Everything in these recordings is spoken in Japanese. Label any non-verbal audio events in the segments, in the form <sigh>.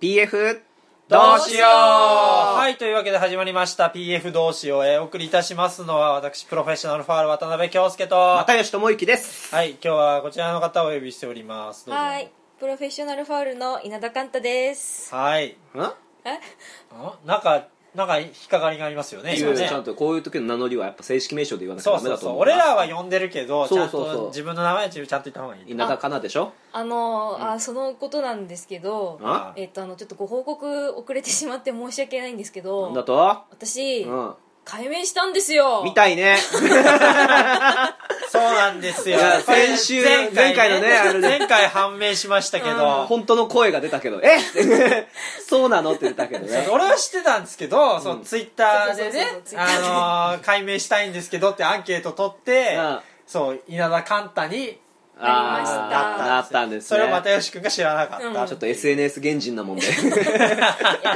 PF はい、というわけで始まりました PF どうしよう。えーお送りいたしますのは私、プロフェッショナルファール渡辺京介と、は又吉智之ですい、今日はこちらの方をお呼びしております。どうぞはい。プロフェッショナルファウルの稲田寛太です。はい。んっえんなんか、なんか引っかかりがありますよてね、い今うねち。ゃんとこういう時の名乗りはやっぱ正式名称で言わなきゃそうダメそだうとそう。思う俺らは呼んでるけど、ちそゃうんそうそうと自分の名前ちゃんと言った方がいい。稲田かなでしょあのー、あそのことなんですけど、あえっとあのちょっとご報告遅れてしまって申し訳ないんですけなんだど、と私、うん改名したんですよ。見たいねそうなんですいよ。や先週前回のねあれで前回判明しましたけ <laughs> ど、本当の声が出たけどえ <laughs> っそうなのって出たけどね俺は知ってたんですけど、そのツイッターでねそうそうそうそう、Twitter であのー解明したいんですけどってアンケート取ってうん、そう、稲田寛太に、ありましたーなったんですそねれを又吉君が知らなかった。うんちょっと SNS 現人な <laughs> もんでいや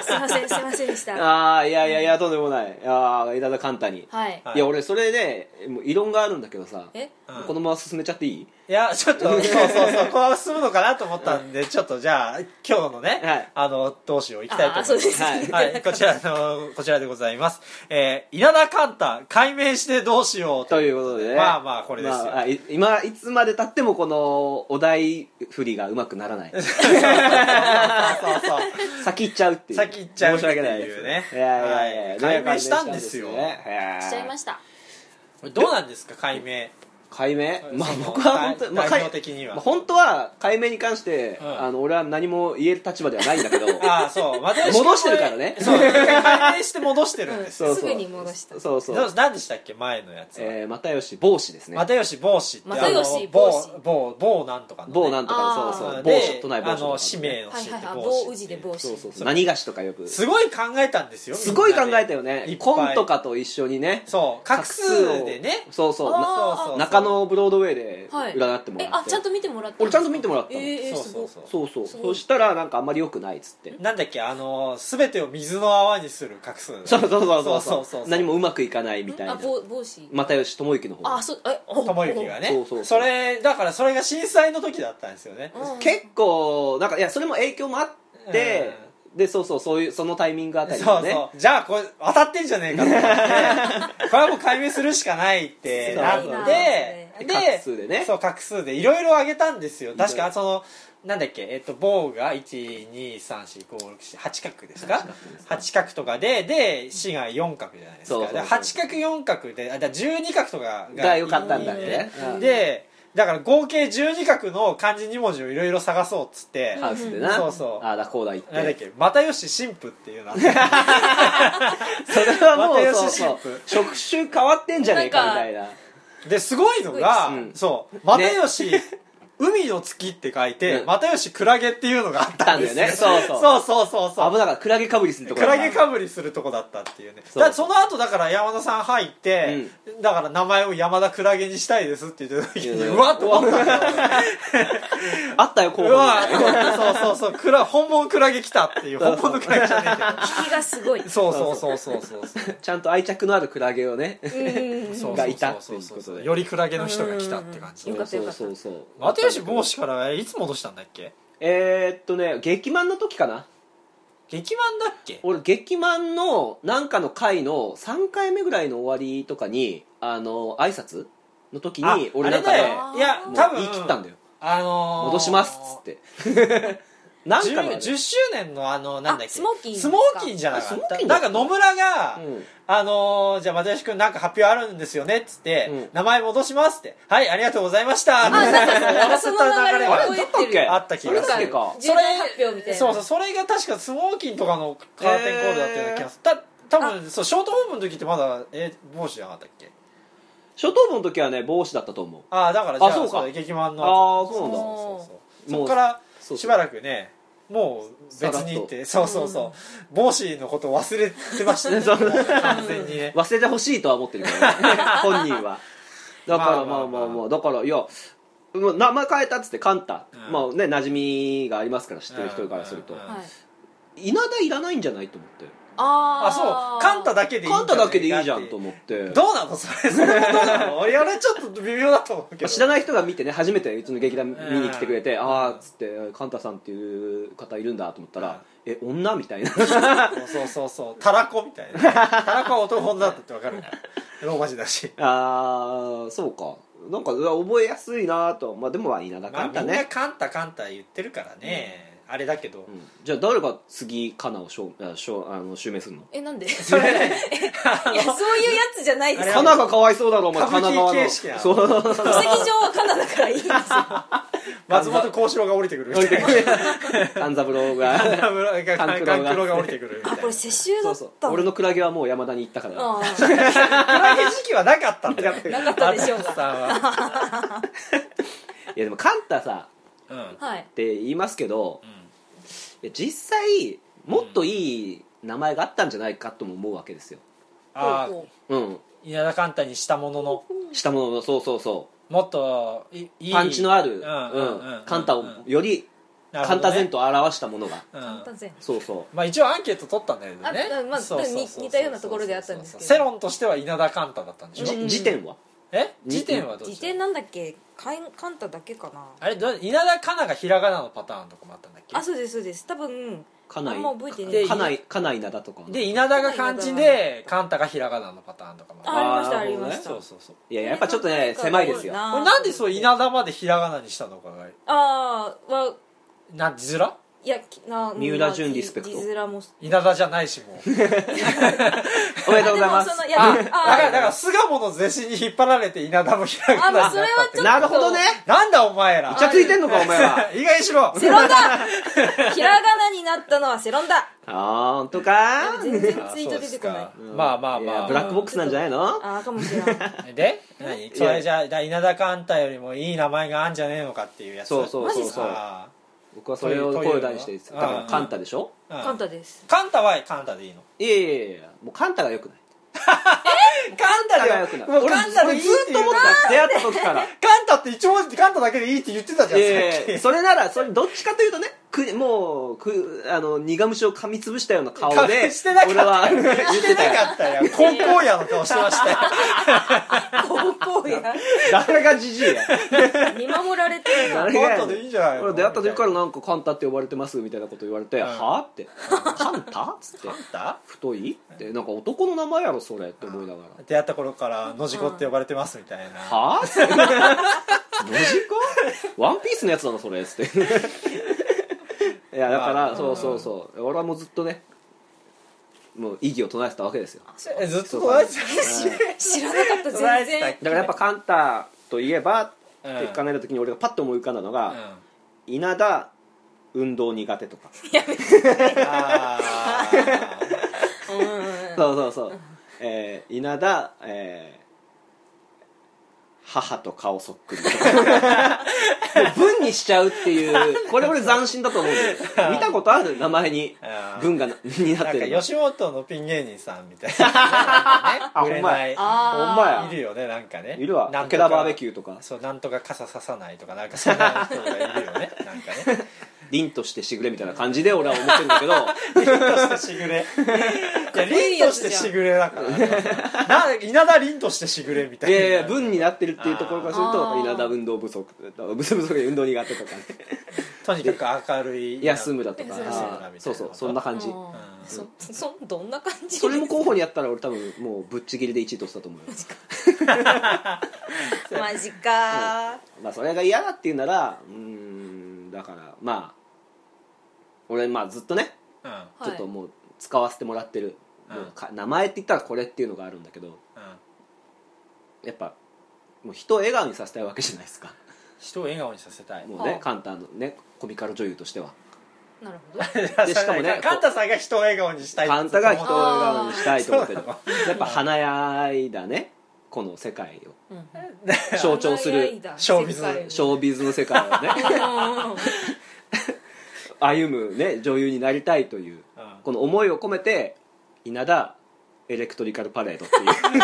すいませんすいませんでした。 <laughs> ああいやいやいやとんでもないああ稲田簡単にはい。はいいや俺それねもう異論があるんだけどさえうんこのまま進めちゃっていいいや、ちょっ <laughs> と、そうそうそう、こう進むのかなと思ったんで、ちょっとじゃあ、今日のね、はいあの、どうしよう、行きたいと思いあーそうま。ですすはい、ねはいこちらの、こちらでございます。えー、稲田寛太、解明してどうしようということでねまあまあこれですよまあい今いつまでたってもこのお題振りがうまくならない <laughs> <laughs> そうそうそう。先行っちゃうっていう先行っちゃうっ申てしいうね訳ないですいやいやいや、はいね解明したんですよ解明したんですねしちゃいまたした。これどうなんですか、解明。解明まあその僕は本当代まあ代表的にはまあ本当は解明に関して、うんあの俺は何も言える立場ではないんだけど <laughs> ああ、そう。また戻してるからね <laughs> そう、一回解明して戻してるんですよ。そうそうすぐに戻したそうそどうう何でしたっけ、前のやつは。えー又吉帽子ですね又吉帽子ってあの又吉帽某子某某なんとかのね某なんとかあのーそうそうで某所都内某あ所の氏名のは氏いっはいてはい。帽棒子氏ってでいう帽そう子。そうそう何菓子とかよくすごい考えたんですよすごい考えたよよいっぱいねコンとかと一緒にねそう画数でねそうそうあーなそうそうそう中野ブロードウェイではい。占ってもらって、えあちゃんと見てもらった。俺ちゃんと見てもらったえの、ー、えー、そうすそごうい。そそううそうすそごいうしたらなんかあんまり良くないっつってなんだっけあの全てを水の泡にする画数そうそうそうそそううそそううそう何もうまくいかないみたいなあ帽帽子。又吉智之の方あそうえお智之がねそうそうそうれだからそれが震災の時だったんですよねうん結構なんかいやそれも影響もあって、でそうそうそういうそのタイミングあたりそのうねそうじゃあこれ当たってんじゃねえかと <laughs> 思ってこれはもう解明するしかないってなっそうそうそうてで画数でねそう画数でいろいろ上げたんですよ確かそのなんだっけえっと棒が1234567角ですか8角とかでで「四が4角じゃないですそうかそうそうで8角4角であだから12角とかが良かったんだっいいけねね、うんでだから合計12角の漢字2文字をいろいろ探そうっつってハウスでな、そうそうああだこうだ言ってなんだっけ又吉神父っていうのあったそれはもう又そう吉そう神父職種変わってんじゃねえかみたいなですごいのすが、ごいですそう「ね又吉、海の月」って書いて「うん又吉クラゲ」っていうのがあっあったたんんでだよすねよそうそうそうそうそうそう危なかったクラゲかぶりするとこクろラゲかぶりするとこだったっていうねだからその後だから山田さん入って、だから名前を山田クラゲにしたいですって言ってた時にうんうわっと思ったんだよあったよ候補うにわそうそうそうクラ本物クラゲ来たっていう本物のクラゲじゃねえ引きがす <laughs> ごい。けどそうそうそうそうそうそうちゃんと愛着のあるクラゲをねうん。そうがいたってそいううそこうそとうでよりクラゲの人が来たって感じよかったよかったそうそうそう又吉帽子からいつ戻したんだっけえー、っとね劇漫の時かな劇漫だっけ俺劇漫のなんかの回の3回目ぐらいの終わりとかにあの挨拶の時あに俺なんかあれねだよいやもう多分言い切ったんだよあのー、戻しますっつって <laughs> なんかの 10, 10周年のあのなんだっけあスモーキーンですスかモーキーンじゃなかっあスモーキたーンだっなんたか野村が、うんあのー、じゃあ又吉君なんか発表あるんですよねっつって、うん名前戻しますってはいありがとうございましたって <laughs> あなんか終わらせそのた流流れれをがあれあ覚だえったってけるあった気がすあれだっけるか重大発表みたいなそうそうそれが確かスモーキーンとかのカーテンコールだったような気がする、た多分そうショートホームの時ってまだえ帽子じゃなかったっけ初等部の時はね帽子だったと思うああだからじゃああそうかだ劇漫のあーそうなんだそうそうそうそもっうからそうそうしばらくねもう別に行ってそうそうそう帽子のこと忘れてました <laughs> ねそう完全にね忘れてほしいとは思ってる <laughs> けど、ね、本人はだかまあらままああままああまあだからいやもう名前変えたっつってカンタ、うんまあね馴染みがありますから知ってる人からするとうんうんうんはい。稲田いらないんじゃないと思ってあーあそうカンタだけでいいんカンタだけでいいじゃっんてと思ってどうなのそれそれもどうなの <laughs> 俺あれちょっと微妙だと思うけまどあ知らない人が見てね初めてうちの劇団うん見に来てくれて、うんああっつって「カンタさんっていう方いるんだ」と思ったら「え女?」みたいな <laughs> そうそうそうそうたらこみたいなたらこは男女だったって分 <laughs> かるからローマ字だしああそうかなんかうわ覚えやすいなとまあでもまあ稲田まあカンタみんなね、カンタカンタ言ってるからね、あれだけど、うんじゃあ誰が次カナをしょうあしょうあの襲名するのえなんでいやそれねそういうやつじゃないであすれよカナがかわいそうだろお前歌舞神奈伎川の形式やそう <laughs> 戸籍上はカナだからいいんですよ松本幸四郎が降りてくるみたい <laughs> な勘三郎 <laughs> が <laughs> カンクロが降りてくるみたいなあこ <laughs> れ世襲だそっうそうたの俺のクラゲはもう山田に行ったからあ暗い時期はなかったんだよあなかったでしょう <laughs> 淳がさんはいやでもカンタさうんうんはいって言いますけどいや実際もっといい名前があったんじゃないかとも思うわけですよああほうほうん稲田寛太にしたもののしたもののそうそうそもっといいういパンチのあるうんうんううんんカンタをよりなるカほンどタね前と表したものがうんう簡単ぜそうそまあ一応アンケート取ったんだけどねあまあそうそうそうそう似似たようなところであったんですけど世論としては稲田寛太だったんでうしょうんじ時点はえ時点はどっち辞典なんだっけかんカンタだけかなあれどう稲田かながひらがなのパターンとかもあったんだっけあそうですそうです多分家内あんま覚えてでね家内家内なだとかで稲田が漢字で寛太がひらがなのパターンとかもあっあありましたあーありたまねしたそうそうそういややっぱちょっとね狭いですよこれなんでそうい稲田までひらがなにしたのかがああはなん字面いやきな三浦淳リスペクト字面も稲田じゃないしもう <laughs> おめでとうございますあでもそのいあやだかあらだから菅野の弟子に引っ張られて稲田もひらがあまなあにそれなったはっ <laughs> なるてちょっとほどねなんだお前らむちゃついてんのかお前は <laughs> 意外にしろセロンだひらがなになったのはセロンだあーほんとか全然ツイート出てこないあそうですかまあまあいまあやブラックボックスなんじゃないのああかもしれないで何それじゃあ稲田寛太よりもいい名前があんじゃねえのかっていうやつそうそうマジそうっすそうあ僕はそれを声を大にしてというというだのかはらカンタでしょーうんカンタですカンタはカンタでいいのいやいやいやもうカンタがよくないカンカンタがよくない俺カンタでいいずっってと言う思った出会った時 <laughs> からカンタって一文字でカンタだけでいいって言ってたじゃんさっえきえそれならそれどっちかというとねくもうくあの苦虫を噛みつぶしたような顔で噛みしてなかった俺は <laughs> 言っしててたなよかったよ高校やの顔して <laughs> ましたよ高校や誰がじじいや見守られてる誰がカやンタでいいんじゃないの俺出会った時からなんか「カンタって呼ばれてます」みたいなこと言われて「うんはあ?」って「カンタ?」っつってだ「太い?」ってなんか男の名前やろそれって思いながら「出会った頃から野次子って呼ばれてますみたいなはあ?」 <laughs> って「ロジカワンピースのやつなのそれ」っつ <laughs> っていやだかまらそうそうそう俺はもうずっとねもう異議を唱えてたわけですよえずっと同じ知らなかった全然だからやっぱカンタといえばってうん考えた時に俺がパッと思い浮かんだのうんが、あ稲田運動苦手とか、ーうんそうそうそう、えー稲田、えー母と顔そっく <laughs> りとかもう文にしちゃうっていうこれ俺斬新だと思うんだよ見たことある名前にあー文がなにななっんてるか吉本のピン芸人さんみたいなあほ売れんなまいやあほんまいやるよねなんかねいるわなん武田バーベキューとかそうなんとか傘ささないとかなんかそんな人がいるよ <laughs> ねなんかね凛としてしぐれみたいな感じで俺は思ってるんだけど凛としてしぐ <laughs> れいや凛としてしぐれだからな稲田凛としてしぐれみたいいなやいや文になってるっていうところからするあとー稲田運動不足不足不足で運動苦手とかねとにかく明るい休むだとか休むあーそうそうそんな感じうんそそどんな感じそれも候補にやったら俺多分もうぶっちぎりで1位取ってたと思うよ <laughs> マジかまあそれが嫌だっていうならうーんだからまあ俺まあずっとねうんうんはいちょっともう使わせてもらってる、うんもうか名前って言ったらこれっていうのがあるんだけどやっぱもう人を笑顔にさせたいわけじゃないですか人を笑顔にさせたいもうねはあ簡単のねコミカル女優としてはなるほ <laughs> どでしかもねカンタさんが人を笑顔にしたいってカンタが人を笑顔にしたいと思ってるあーそやっぱ華やいだねこの世界をうん象徴す <laughs> 華やいるだショービズ世界をショービズの世界をね <laughs> うん歩むね女優になりたいといううんこの思いを込めて稲田エレクトリカルパレードっていう <laughs> それ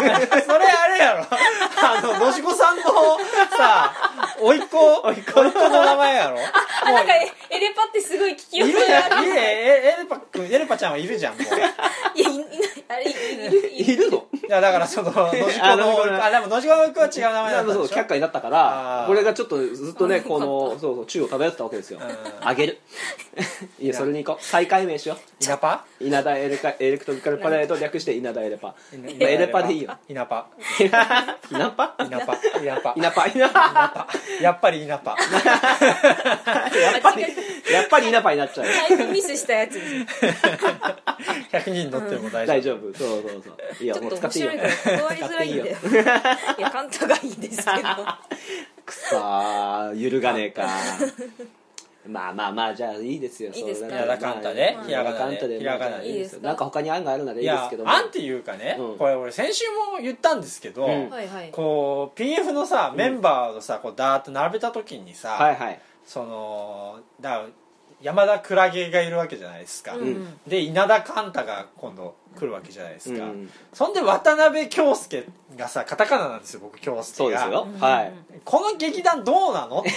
あれやろあののしこさんのさおいっ子おいっ子の名前やろ <laughs> あなんかえエレパってすごい聞きいる覚じえあゃんいるるえエレパ君エレパちゃんはいるじゃんもういやいないあれいる <laughs> いるいるのいやだからその野 <laughs> 宿あの野お宿いっの子あでも野宿のおいっ子は違う名前そだうっそたでうしょ却下になったかあらーこれがちょっとずっとねあーこよかのそうそう宙を漂ってたわけですようんあげる <laughs> いやそれに行こう再改名しよイナパう稲田エレカエレクトリカルパレード略して稲田エレパイナエレパでいいよイナパ稲パイナパイナパ稲パ稲パやっぱりイ <laughs> ナパやっぱりやっぱり稲パになっちゃうタイプミスしたやつです100人乗っても大大丈丈夫そうそうそういやちょもっうと使面っていいよ白いから断りづらいんだよいやカンタがいいです <laughs> けどくそー揺るがねえかまあまあまあじゃあいいですよいいですかそうひらがかんたでまあひらがかんたでひひららがかがなんたででいいですいよいですかなんか他に案があるならい夫いいでやすけども案っていうかねうんこれ俺先週も言ったんですけどうんはいはいこう PF のさメンバーをさこうダーッと並べた時にさ、はいはいそのだから山田クラゲがいるわけじゃないですか、うんうんで稲田寛太が今度来るわけじゃないですか、うんそんで渡辺京介がさカタカナなんですよ僕京介がそうですようんはいこの劇団どうなのっていう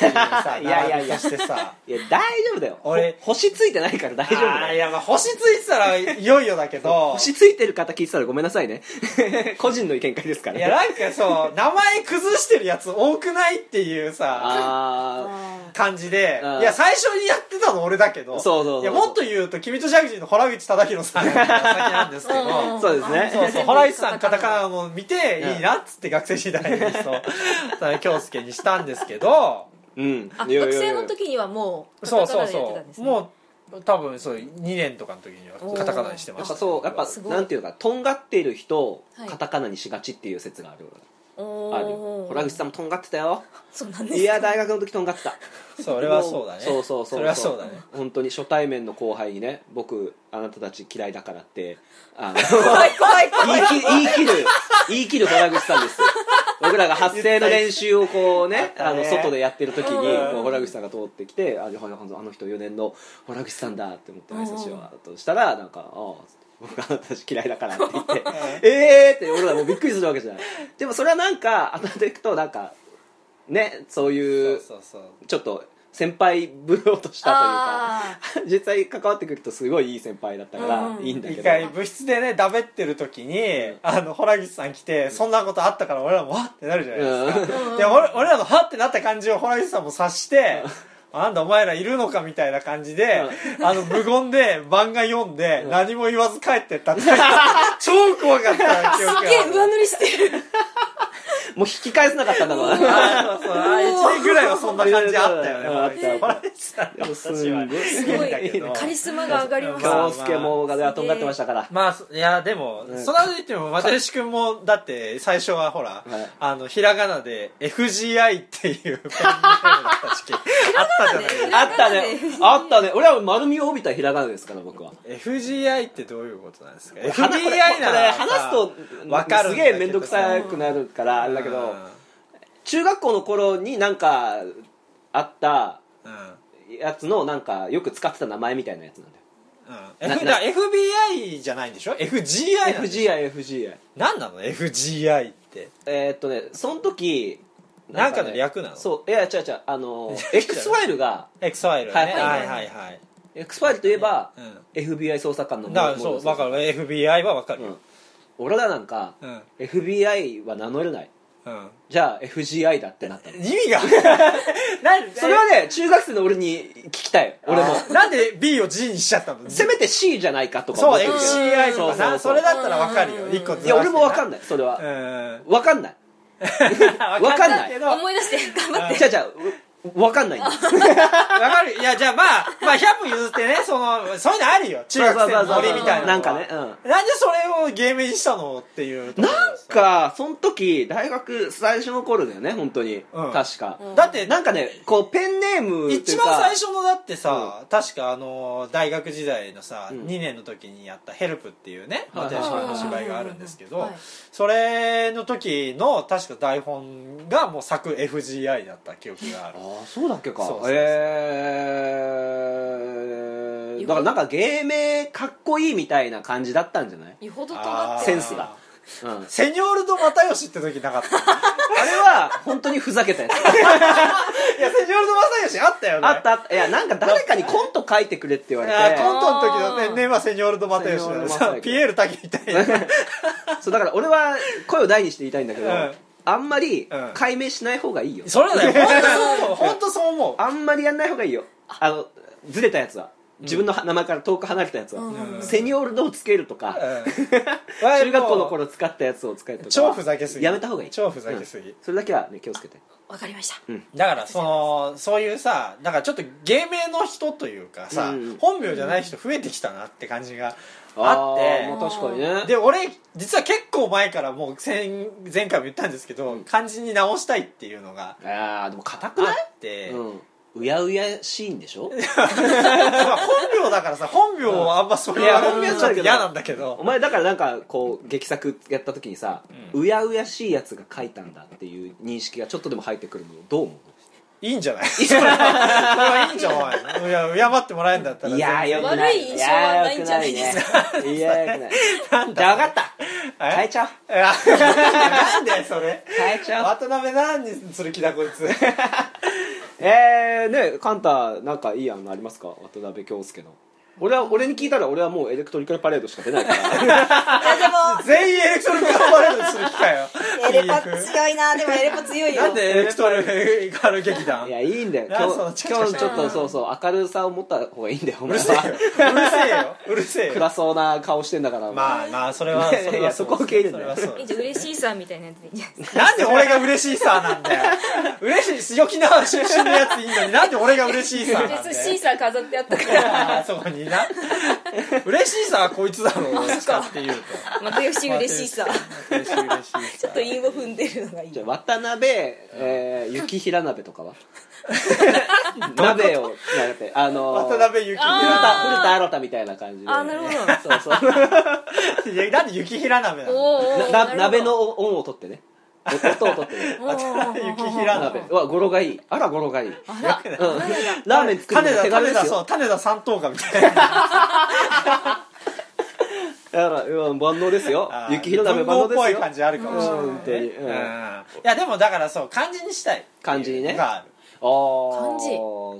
<laughs> さいやいやいや並びとしてさいや大丈夫だよ俺ほ星ついてないから <laughs> 大丈夫あーだいよやまあ星ついてたらいよいよだけど <laughs> 星ついてる方聞いてたらごめんなさいね <laughs> 個人の見解ですかいやらなんかそう名前崩してるやつ多くないっていうさああ感じで、うんいや最初にやってたの俺だけどそうそうそういやもっと言うと君とジャグジーの堀口忠宏さんが <laughs> 先なんですけど、ーそうですねそうそう、ホライスさんカタカナナも見てうんいいなっつって学生時代に <laughs> そう、京介にしたんですけど、ーうんあいやいやい学や生の時にはもうそうカタカそうナでそやってたんですう、ねもう多分そう2年とかの時にはカタカナにしてまなんしかたね、そうやっぱすごいなんていうかとんがってる人をはいカタカナにしがちっていう説があるおあるよー堀口さんもとんがってたよそうなんですいや大学の時とんがってたそれはそうだねそうそうそうそうれはそうだね本当に初対面の後輩にね僕あなたたち嫌いだからってあの <laughs> 怖い怖い怖言いい切言い切る言い切る原口さんです僕らが発声の練習をこうね絶対あの外でやってる時にうんこう原口さんが通ってきて「ああのあの人4年の原口さんだ」って思って挨拶しようとしたらなんか「ああ」僕あなたたち嫌いだからって言 <laughs> って「ええ!」って俺らもうびっくりするわけじゃないでもそれはなんか後でいくとなんかねそうそいううそうそうちょっと先輩ぶろうとしたというかあ実際関わってくるとすごいいい先輩だったからうんいいんだけど、一回部室でねだべってる時に、あの洞口さん来てそんなことあったから俺らもわってなるじゃないですか、うんで俺俺らのはってなった感じを洞口さんも察して、あなんだお前らいるのかみたいな感じで、あの無言で漫画読んで、何も言わず帰ってったって超怖かった記憶ーすげえ上塗りしてるもう引き返せなかったんだろうなあーそうそうあー一年ぐらいはそんな感じあったよねうん洞口さんあったあった洞口さんのすごい話はすごいんだけどカリスマが上がりますまあ京介もがとんがってましたからまあそいやでも、うんそんなこと言っても又吉君もだって最初はほはら、いあのひらがなで FGI っていうペンネームだった時期あったじゃないですかあったねあったね俺は丸みを帯びたひらがなですから僕は FGI ってどういうことなんですか FGI 話これなこれらさ話すとわかるんすだげけえど面倒くさくなるからあれだけうんど中学校の頃になんかあったうんうんやつのなんかよく使ってた名前みたいなやつなんだよ F- なだ FBI じゃないんでしょ FGI なんでしょ FGIFGI 何なの FGI ってえーっとねその時なんかのね略なのそういや違う違うあ <laughs> の X ファイルが X ファイルね、はいはいはいはいはい X ファイルといえば、うん FBI 捜査官のだからそう分かる FBI は分かるうんよ、俺らなんか、うん、 FBI は名乗れないうんじゃあ FGI だってなったの意 <laughs> 味がそれはね中学生の俺に聞きたい俺もなんで B を G にしちゃったのせめて C じゃないかとか思っそうてるけど FCI そとうそかうそなうそれだったらわかるようん一個ずいや俺も分かんないないそれはうん分かんない分かんないけど分思い出して頑張っじゃあじゃあ分かんないんだかるいやじゃあまあまあ100歩譲ってねそのそういうのあるよ中学生のそうそうそう森みたいななのはんかねうんなんでそれをゲームにしたのっていうところなんですよかその時大学最初の頃だよね本当に、うん確か、うんだってなんかねこうペンネームってい一うか番最初のだってさ確かあの大学時代のさうん2年の時にやった「ヘルプっていうねはい私はいの芝居があるんですけどはいそれの時の確か台本がもう作 FGI だった記憶があるああそうだっけかそうそうそうえーだからなんか芸名かっこいいみたいな感じだったんじゃないてよほど尖ってセンスがうんセニョールド又吉って時な <laughs> かったあれは本当にふざけた <laughs> やついやセニョールド又吉あったよねあったあったいやなんか誰かにコント書いてくれって言われあてーコントの時のあーね年はセニョールド又吉だよねセニョールド又吉ピエール滝みたい <laughs> な <laughs> そうだから俺は声を大にして言いたいんだけど、うんあんまりうん解明しない方がいいよ、それだよ本当そう思う本当そう思うあんまりやんない方がいいよあのずれたやつは自分の名前から遠く離れたやつは、うんセニョールドをつけると <laughs> か、うん中学校の頃使ったやつを使えとか超ふざけすぎやめた方がいい超ふざけすぎうんそれだけはね気をつけてわかりましただからそのそういうさだからちょっと芸名の人というかさ、うん本名じゃない人増えてきたなって感じがあってーまあ確かにねで俺実は結構前からもう前前回も言ったんですけど、漢字に直したいっていうのがあーでも硬くあないって、うんうやうやしいんでし <laughs> ょまあ本名だからさ本名はあんまそれいはや本名ちょっと嫌なんだけどお前だからなんかこう劇作やった時にさ、うやうやしいやつが書いたんだっていう認識がちょっとでも入ってくるのどう思いいんじゃ <laughs> ないそれはいいんじゃないいや敬ってもらえるんだったうらいやーよくない悪い印象はないんじゃないですかいやーよくないねいやーよくないじゃあ分かったえ変えちゃおういや <laughs> なんでそれ変えちゃおう渡辺何にする気だこいつえー、ねカンタなんかいい案ありますか渡辺京介の俺は俺に聞いたら俺はもうエレクトリカルパレードしか出ないから <laughs> いやでも全員エレクトリカルパレードにする気かよエレパ最悪強いなでもエレパ強いよなんでエレクトリカル劇い団うるやいいんだよ今なん日かそのチャ今カ日チャカちょっとそうそう明るさを持った方がいいんだよお前せえよはうるせえようるせえよ暗そうな顔してんだからまあまあそれはいやいやれはうそこ受け入れんそだれよはそうえじゃあ嬉しいさみたいなやつでいいんじゃないですかなんで俺が嬉しいさなんだよ嬉しい沖縄出身のやついいのになんで俺が嬉しい <laughs> さなんだよ別シーサー飾ってあったからあーそこにな嬉しいさはこいつだろうかっていうと又吉嬉しいさ嬉しい嬉しいさ <laughs> ちょっと韻を踏んでるのがいいじゃあ渡辺、えー、雪平鍋とかは鍋をやってあのー渡辺古幸平田古田新太みたいな感じであー <laughs> なるほどどそうそういやなんで雪平鍋なのおーおーななな鍋るのほ音を取ってね音を取ってねどおーおーおーおー雪平鍋鍋うわ語呂がいいあら語呂がいいあらうんラーメン作るの種田手軽種で田すそよう種田三等家みたいなだからうん万能ですよ雪広鍋文万能豪っですぽいよ感じあるかもしれないうんね本当にうんうんいやでもだからそう漢字にしたい漢字にねがあるああ感じ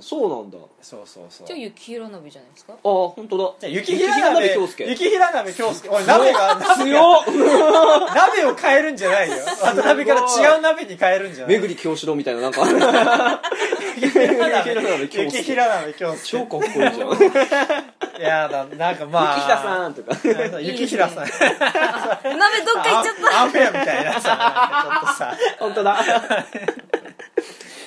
そうなんだそうそうそうじゃあじ雪平鍋じゃないですかああ本当ゃだあ雪平鍋鍋京介雪平鍋京介おい鍋が鍋強っ <laughs> 鍋を変えるんじゃないよ渡辺から違う鍋に変えるんじゃない巡り清志郎みたいななんか雪平雪平鍋鍋京介雪平鍋京 <laughs> 介超かっこいい <laughs> じゃん雪いやだなんかまあ平さんとかん雪平さんいい鍋どっか行っちゃったアンフェアみたいなさなんかちょっとさ本当だ <laughs>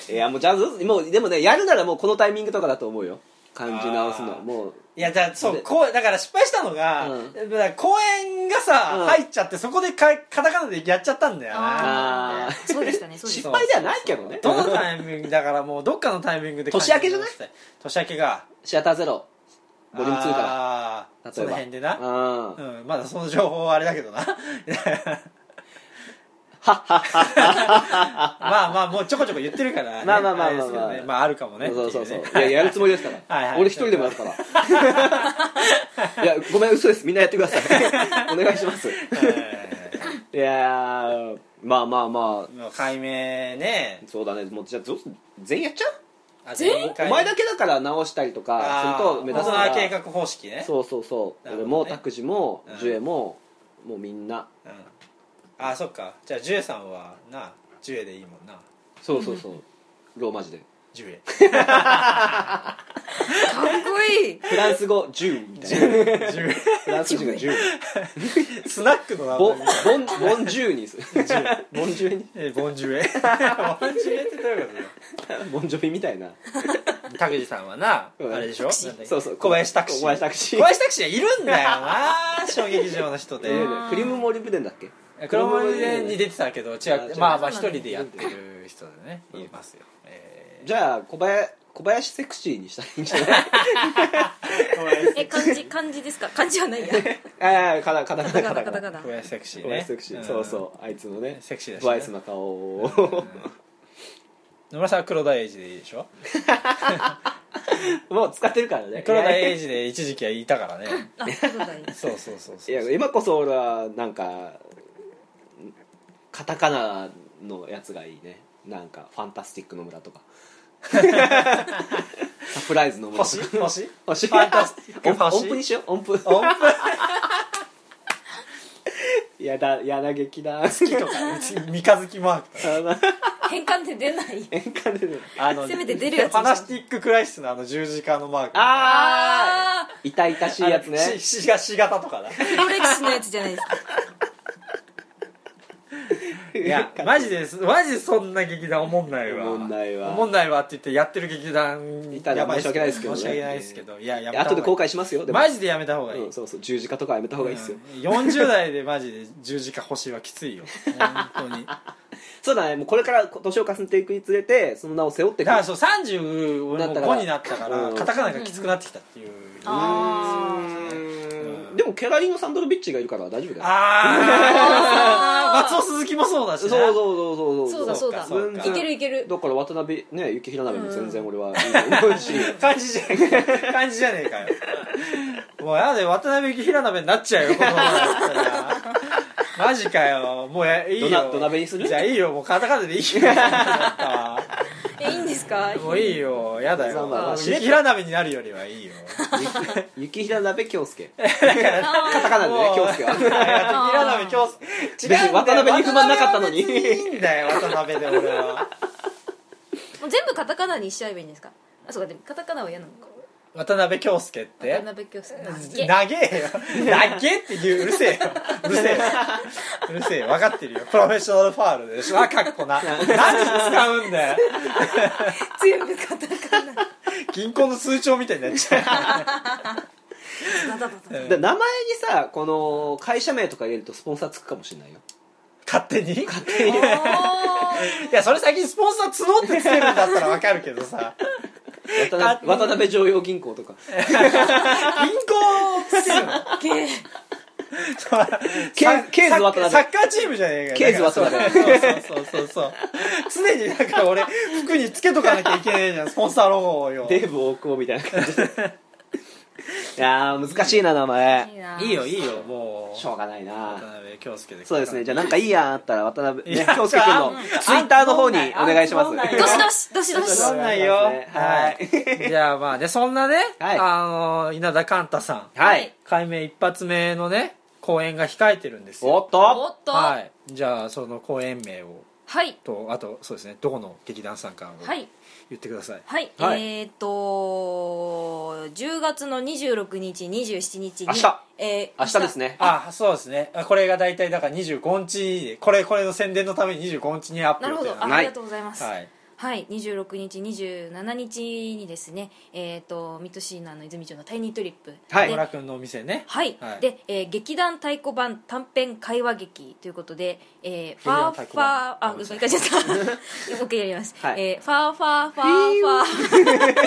いやもうジャズもうでもねやるならもうこのタイミングとかだと思うよ感じ直すのあーもういや、だそでう、こう、だから失敗したのが、うんだから公園がさ、うん入っちゃって、そこでかカタカナでやっちゃったんだよな。ああーそうでしたねそうでし失た敗ではないけどねどのタイミング、だからもう、どっかのタイミングで。年明けじゃない年明けが。シアターゼロボリューム2からあ例えばーその辺でな。うんはうっん、まだその情報はあれだけど <laughs> な。はっはっは <laughs> まあまあ、もうちょこちょこ言ってるからね、まあまあまあまあれですけどねまあまあ、あるかもね。そうそうそうっていいややるつもりですか <laughs> はいはらい俺一人でもやるから <laughs> いやごめん嘘ですみんなやってくだ <laughs> さいお願いしますいねはいやーまあまあま <laughs> あもう解明ね。そうだねもうじゃあぞ全員やっちゃうあ全お前だけだから直したりとかあするーと目立つか大人計ら画方式ね。そうそうそうな俺るほどねも拓司もうんジュエももうみんなうんあそっかじゃあジュエさんはなジュエでいいもんなそうそうそうローマ字で <laughs> ジュエかっこいいフランス語ジューみたいなジュフランス人がジューエスナックの名ボン前ボンボンジューにするボンジューにえボン <laughs> ジュエボンジュエってどういうこボンジョビみたいなと拓司さんはなうんあれでしょなんだっけそうそう小林拓司小小林林拓司拓司はいるんだよ <laughs> な小劇場の人えでうんークリームモリブデンだっけ黒森に出てたけど違あうまあまあ一そうな人んだでやってる人でねいますよえじゃあ小林小林セクシーにしたらいいんじゃないー小林え漢字漢字ですか漢字はないや <laughs> ああカタカタカタカカタタカタカカタタ小林拓司ね小林セクシー、んそうそうあいつのねセクシーだしね不愛想な顔を野村さんは黒田英二でいいでしょもう使ってるからね黒田英二で一時期はいたからねあそうだいいそうそうそうそういや今こそ俺はなんかカタカナのやつがいいねなんかファンタスティック野村と <laughs> かサプライズ野村と星か星星ファンタスティック音星音符にしよう音符音符やだやだ劇だ機とか三日月マークとか変換って出ない変換であのせめて出るやつファナスティッククライシスのあの十字架のマークああー痛々しいやつねあのししがし型とかだープロレスのやつじゃないですかいやマジですマジでそんな劇団おもんないわおもんないわおもんないわって言ってやってる劇団いたらやばっ申し訳ないですけどね申し訳ないですけどいややめた後方でがい後い悔しますよでもマジでやめた方がいい、うんそうそう十字架とかやめた方がいいっすよ、うん40代でマジで十字架星はきついよ本当にだそうだねもうこれから年を重ねていくにつれてその名を背負っていくからそう30俺だもったから5になったからうんカタカナがきつくなってきたっていうあでもケラリーノ・サンドロビッチがいるから大丈夫だよあー松尾鈴木もそうだしそなうそうそうそうそうだそうだそうかいけるいけるだから渡辺ね雪平鍋も全然俺はいいと思うし、 <laughs> 感じじゃねえか感じじゃねえかよもうやで渡辺幸平鍋になっちゃうよこのままだったらマジかよもうやいいよ土鍋土鍋にするじゃあいいよもうカタカナでいいよ <laughs> えいいんですかもういいよやだまよあまあ幸平鍋になるよりはいいよ雪平鍋京 <laughs> 介カあ <laughs> タカナでねもう京介は幸平鍋今日別に渡辺に不満なかったのに渡辺は別にいいんだよ <laughs> 渡辺で俺はーもう全部カタカナにしちゃえばいいんですかあそうかでもカタカナは嫌なのか渡辺京介って渡辺京介投げよ投げって言ううるせえようるせえようるせえよ分かってるよプロフェッショナルファールでしょあかっこな何に使うんだよ全部カタカナ銀行の通帳みたいになっちゃダダダダで名前にさこの会社名とか入れるとスポンサーつくかもしれないよう勝手に勝手 <laughs> いあやそれ最近スポンサー募ってつけるんだったら分かるけど <laughs> さ渡辺渡辺常用銀行とか銀行をつけるのーゲー <laughs> ケーケーズ渡辺サッカーチームじゃねえかよケーズ渡辺だからそうそうそうそうそう常になんか俺服につけとかなきゃいけねえじゃんスポンサーロゴをよデーブ大久保みたいな感じで <laughs> いやー難しいな名前いいよいいよもうしょうがないな渡辺京介でそうですねじゃあななんかいいやんあったら渡辺いねや京介君のツイッターの方にお願いしますあああどしどしどしどどしどそししんないよははいいじゃあまあねそんなね、はいあの稲田寛太さんはい改名一発目のね公演が控えてるんですおよっおとっとははいいじゃあその公演名をはいとあとそうですねどこの劇団さんかをはい言ってください、はいえーっと10月の26日27日に明日えー明日ですねあそうですねあこれが大体だから25日にこれこれの宣伝のために25日にアップなる予ほ定どあんないありがとうございますではいはい、26日27日にですねえーっとミッドシーナーの泉町のタイニートリップはいで村君のお店ねはい、はいで、えー劇団太鼓版短編会話劇ということで、えー、フ劇団ァー太フ鼓ァー判あ嘘一回言っちゃったもう一回やります、はいえーファーファーファーファー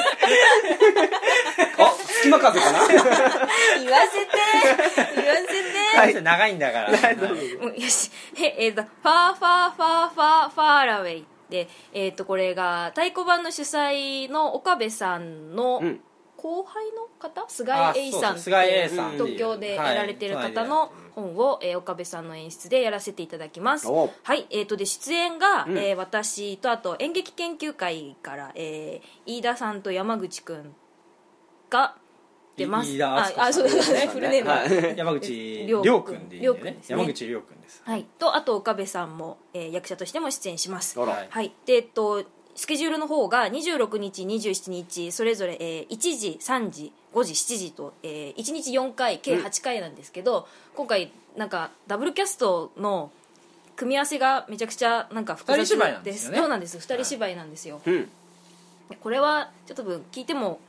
あ隙間風か <laughs> な言わせて言わせはい、長いんだ <laughs> からて、もうよしでえーとファーファーファーファーファーラウェイでえっ、とこれが太鼓判の主催の岡部さんのうん後輩の方、菅あ井そうそう英さんって菅井英さんっていう東京でやられてる方はいの本を、えー岡部さんの演出でやらせていただきますおうはいえー、とで出演が、うんえー私とあと演劇研究会から、えー飯田さんと山口くんが出ますい飯田あ敦子さんあそうですねね <laughs> フルネームは、はいい山口りょう亮君でいいんだよりょう君ねですね山口亮君ですとあと岡部さんも、えー役者としても出演しますあらはいはいでえっとスケジュールの方が26日27日それぞれ、えー1時3時5時7時と、え1日4回計8回なんですけど、今回なんかダブルキャストの組み合わせがめちゃくちゃなんか複雑二人芝居なんですよねそうなんです2人芝居なんですよ、うんこれはちょっと分聞いても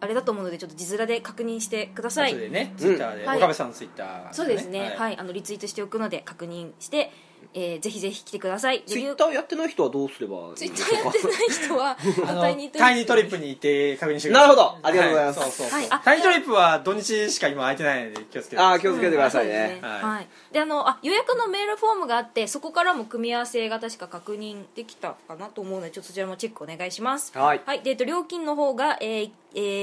あれだと思うのでちょっと字面で確認してください後でねツイッターではい岡部さんのツイッターそうですねはい、はいあのリツイートしておくので確認して、えーぜひぜひ来てくださいツイッタターやってない人はどうすればいいんツでイしょッターやうっかてない人はあのタイニートタイニートリプップに行って確認してくだなるさいほどありがとうございます、はそうそうそうはいあタイニートリップは土日しか今空いてないので気をつけてああ気をつけてくださいそうでねす、はいはい、であのあ予約のメールフォームがあってそこからも組み合わせが確か確認できたかなと思うのでちょっとそちらもチェックお願いしますはいでえっと、料金の方が、えーえ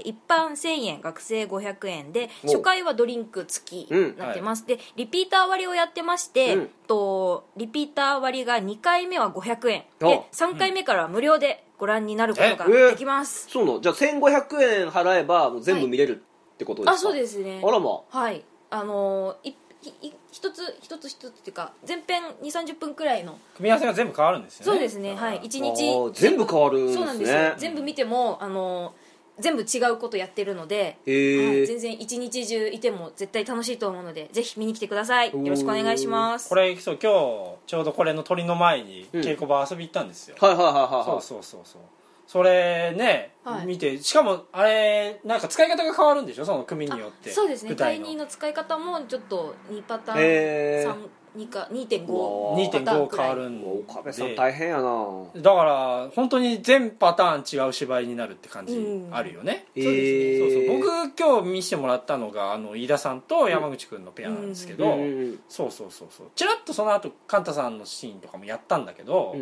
ー一般1000円学生500円でお初回はドリンク付きになってます、でリピーター割をやってまして、うんとリピーター割が2回目は500円おで3回目からは無料でご覧になることがええできます、そうなのじゃあ1500円払えばもう全部見れるってことですか、あそうすですねあらまはいあのーいいい一つ一つ一つっていうか前編2 3 0分くらいの組み合わせが全部変わるんですよねそうですねはい一一あー日全部変わるんですねそうなんですよ全部見てもあのー全部違うことやってるので、へえ、はい全然一日中いても絶対楽しいと思うのでぜひ見に来てくださいよろしくお願いしますこれそう今日ちょうどこれの鳥の前にうん稽古場遊び行ったんですよ、はいはいはいはいそはういそうそうそうそれね、はい見てしかもあれなんか使い方が変わるんでしょその組にあよってそうですね舞台第の2の使い方もちょっと2パターンへえ三二か2.5うわーパターン2.5くらい変わるんで岡部さん大変やなだから本当に全パターン違う芝居になるって感じうんあるよね、そうですそうそう僕今日見せてもらったのがあの飯田さんと山口君のペアなんですけど、そうそうそうそうちらっとその後カンタさんのシーンとかもやったんだけど、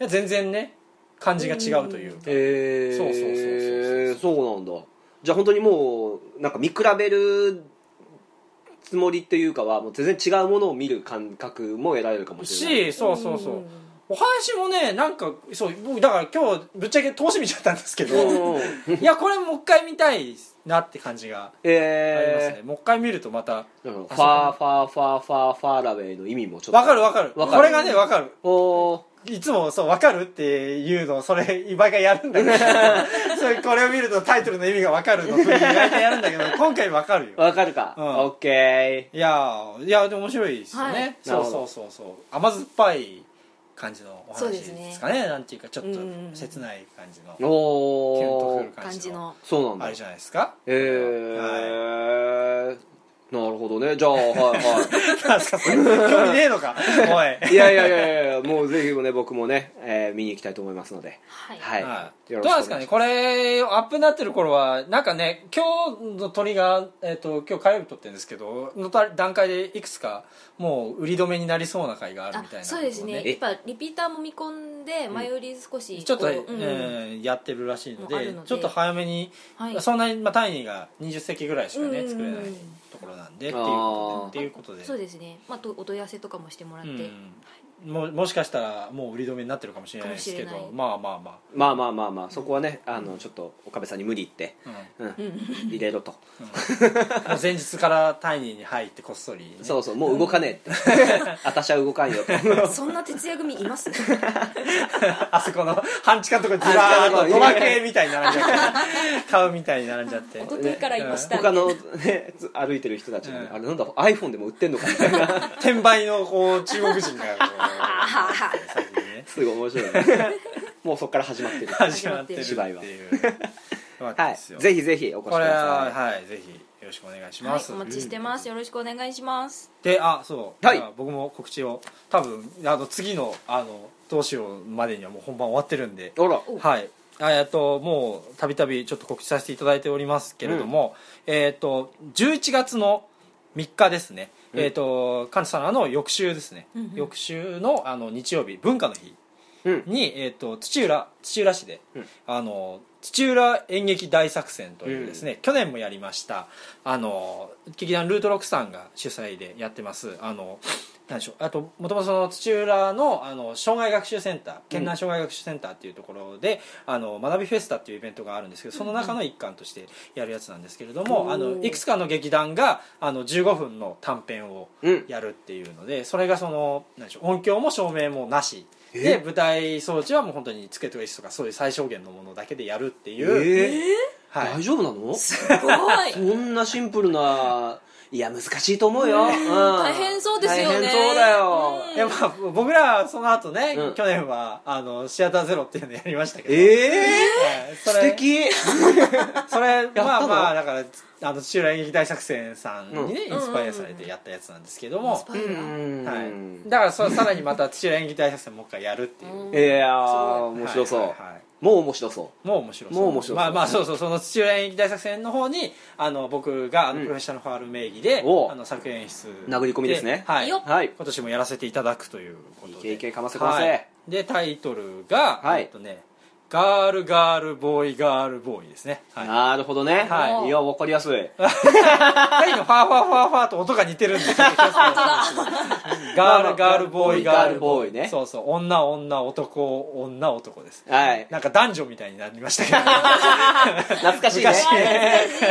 いや全然ね感じが違うというか、えそうそうそうそうそうなんだじゃあ本当にもうなんか見比べるつもりっていうかはもう全然違うものを見る感覚も得られるかもしれないしそうそうそう、お話もねなんかそう僕だから今日ぶっちゃけ通し見ちゃったんですけどうんいやこれもう一回見たいなって感じがありますね、えもう一回見るとまたーなんかファーファーファーファーファーラウェイの意味もちょっとわかるわかるわこれがねわかるおーいつもそうわかるっていうのをそれ今がやるんだけどそれこれを見るとタイトルの意味がわかるのそれ意外とやるんだけど今回わかるよわかるか、うんオッケいやーいやでも面白いですよね、はいそうそうそうそう甘酸っぱい感じのおそう話ですねですかねなんていうかちょっとうん切ない感じのーキュンとおくーる感感じじののそうなんあれだじゃないですかえー <laughs> はなるほどねじゃあはいはいなんすかそれ興味ねえ <laughs> のかおいいやいやいやいやもうぜひね僕もね、えー見に行きたいと思いますのではい、はい、はい、どようろしくおな願いしまんですかねこれアップになってる頃はなんかね今日の鳥が、えっと今日火曜日撮ってるんですけどのた段階でいくつかもう売り止めになりそうな回があるあみたいなそうですねえやっぱリピーターも見込んで前より少しちょっと、こうえうんーやってるらしいのもうあでるのでちょっと早めに、はいそんなに、まあ、タイニーが20席ぐらいしかね、うん作れないところなんでっていうことでっていうことでそうですね、まあ、とお問い合わせとかもしてもらって、うん、ももしかしたらもう売り止めになってるかもしれないですけかもしれどないまあまあままあまあまあまあそこはねあのちょっと岡部さんに無理言って、あ、うんうん入れろと、もう前日からタイニーに入ってこっそりね、そうそうもう動かねえって私は動かんよとそんな徹夜組い <laughs> ますあそこの半地下のとこにずらーっとドラクエみたいに並ん <laughs> じゃって買うみたいに並んじゃっておとといからいました、他の、ね、ず歩いてる人たちがね、うんあれなんだ iPhone でも売ってんのかみたいな転売のこう中国人がこ <laughs> う先にねすごい面白いねもうそこから始まってる始まってるっていう芝居はわ <laughs> けはですいよぜひぜひお越しくこれだはさはいぜひよろしくお願いしはまいす、お待ちしてますよろしくお願いしますであそう、はいじゃあ僕も告知を多分あの次のあのどうしようまでにはもう本番終わってるんでいあらおはいあえっともうたびたびちょっと告知させていただいておりますけれども、えっと11月の3日ですね、うんえっとカンさんの翌週ですね、うんうん翌週のあの日曜日文化の日うんに、えっと土浦土浦市で、うんあの土浦演劇大作戦というですね、去年もやりましたあの劇団ルートロックさんが主催でやってますあのなんでしょうあともともとその土浦のあの障害学習センター県南障害学習センターっていうところで、あの学びフェスタっていうイベントがあるんですけどその中の一環としてやるやつなんですけれども、うんあのいくつかの劇団があの15分の短編をうんやるっていうのでそれがその何でしょう音響も照明もなしえで舞台装置はもう本当に机とか椅子とかそういう最小限のものだけでやるっていえう、ーは大い、丈夫なのすごいそんなシンプルないや難しいと思うよ、うん大変そうですよ大ね変そうだよ、うんいやまあ僕らはその後ね、うん去年はあのシアターゼロっていうのやりましたけど、ええはいそ素れ敵それたのまあまあだからあの土浦演劇大作戦さんにね、うんインスパイアされてやったやつなんですけどインもス、パイアはい、だからそさらにまた土浦演劇大作戦もう一回やるっていう、うんいやーす面白そう、はいはいはいもう面白そもう面白そうもう面白そうまあまあそうそうその土浦演劇大作戦の方にあの僕があのうんプロフェッショナルファール名義で、おうあの作演出殴り込みですねはいようはい今年もやらせていただくということでいけいけかませかませはいでタイトルが、はいえっとねガールガールボーイガールボーイですね、はい、なるほどね、はいいやわかりやすいタイのファーファーファーファーと音が似てるんです <laughs> よガールガールボーイガールボーガールボーイイねそうそう女女男女男ですはいなんか男女みたいになりましたけど懐かしいね <laughs> 昔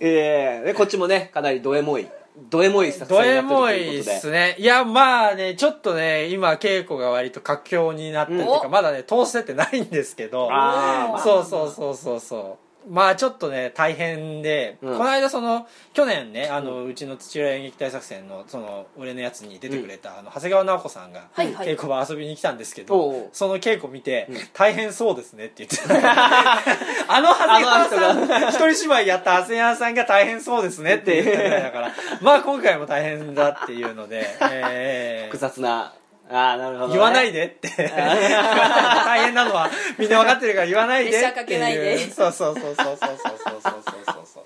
えーでこっちもねかなりドエモいドエモい作ド戦にエなモってるといいうこっとですねいやまあねちょっとね今稽古が割と佳境になってるっていうかおまだね通せてないんですけどあーまあそうそうそうそうそうまあちょっとね大変で、うんこの間その去年ねあの、うちの土浦演劇大作戦のその俺のやつに出てくれた、あの長谷川直子さんがはいはい稽古場遊びに来たんですけど、おうその稽古見て、大変そうですねって言ってた <laughs> あの長谷川あのさん一人芝居やった長谷川さんが大変そうですねって言ってたぐらいだから <laughs> まあ今回も大変だっていうので、え <laughs> 複ー <laughs> 雑なああなるほどね、言わないでって大変なのはみんな分かってるから言わないでってプレッいシうャーかけそないでうそうそうそうそうそうそうそうそう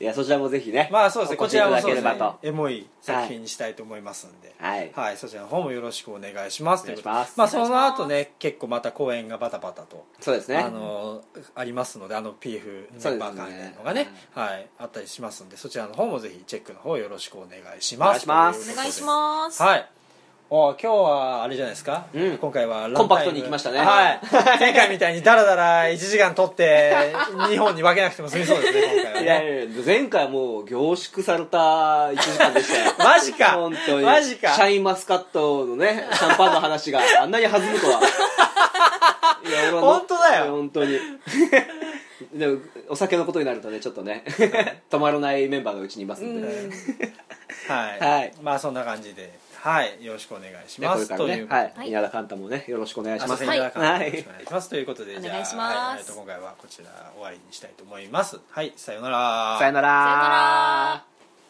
いやそちらもぜひねまあそうですねおこ越しいちらたもだそうけれですねばとエモい作品にしたいと思いますんでははいはい、そちらの方もよろしくお願いしますということおで願いしますまあその後ね結構また公演がバタバタとそうですねあのありますのであの PF メンバー関連のがねそうですはい、あったりしますんでそちらの方もぜひチェックの方よろしくお願いしおま願いすしますお願いしすますはいお今日はあれじゃないですか、うん今回はランタイムコンパクトに行きましたね <laughs> はい、前回みたいにダラダラ1時間取って2本に分けなくても済みそうですね今回はいねや <laughs> いやいや前回はもう凝縮された1時間でしたよ <laughs> マジか本当にマジかシャインマスカットのねシャンパンの話があんなに弾むとはいや俺はの本当だよいや本当にでもお酒のことになるとねちょっとね止まらないメンバーがうちにいますんで、うんはい、はいまあそんな感じではいよろしくお願いしでまこれすからといねう、ことでは、はいい稲田寛太もねよろしくお願いします、はい、よろしくおは願いいしますということでおじゃ願あいしますはいえーと今回はこちら終わりにしたいと思いますはいさようならさよならさよなら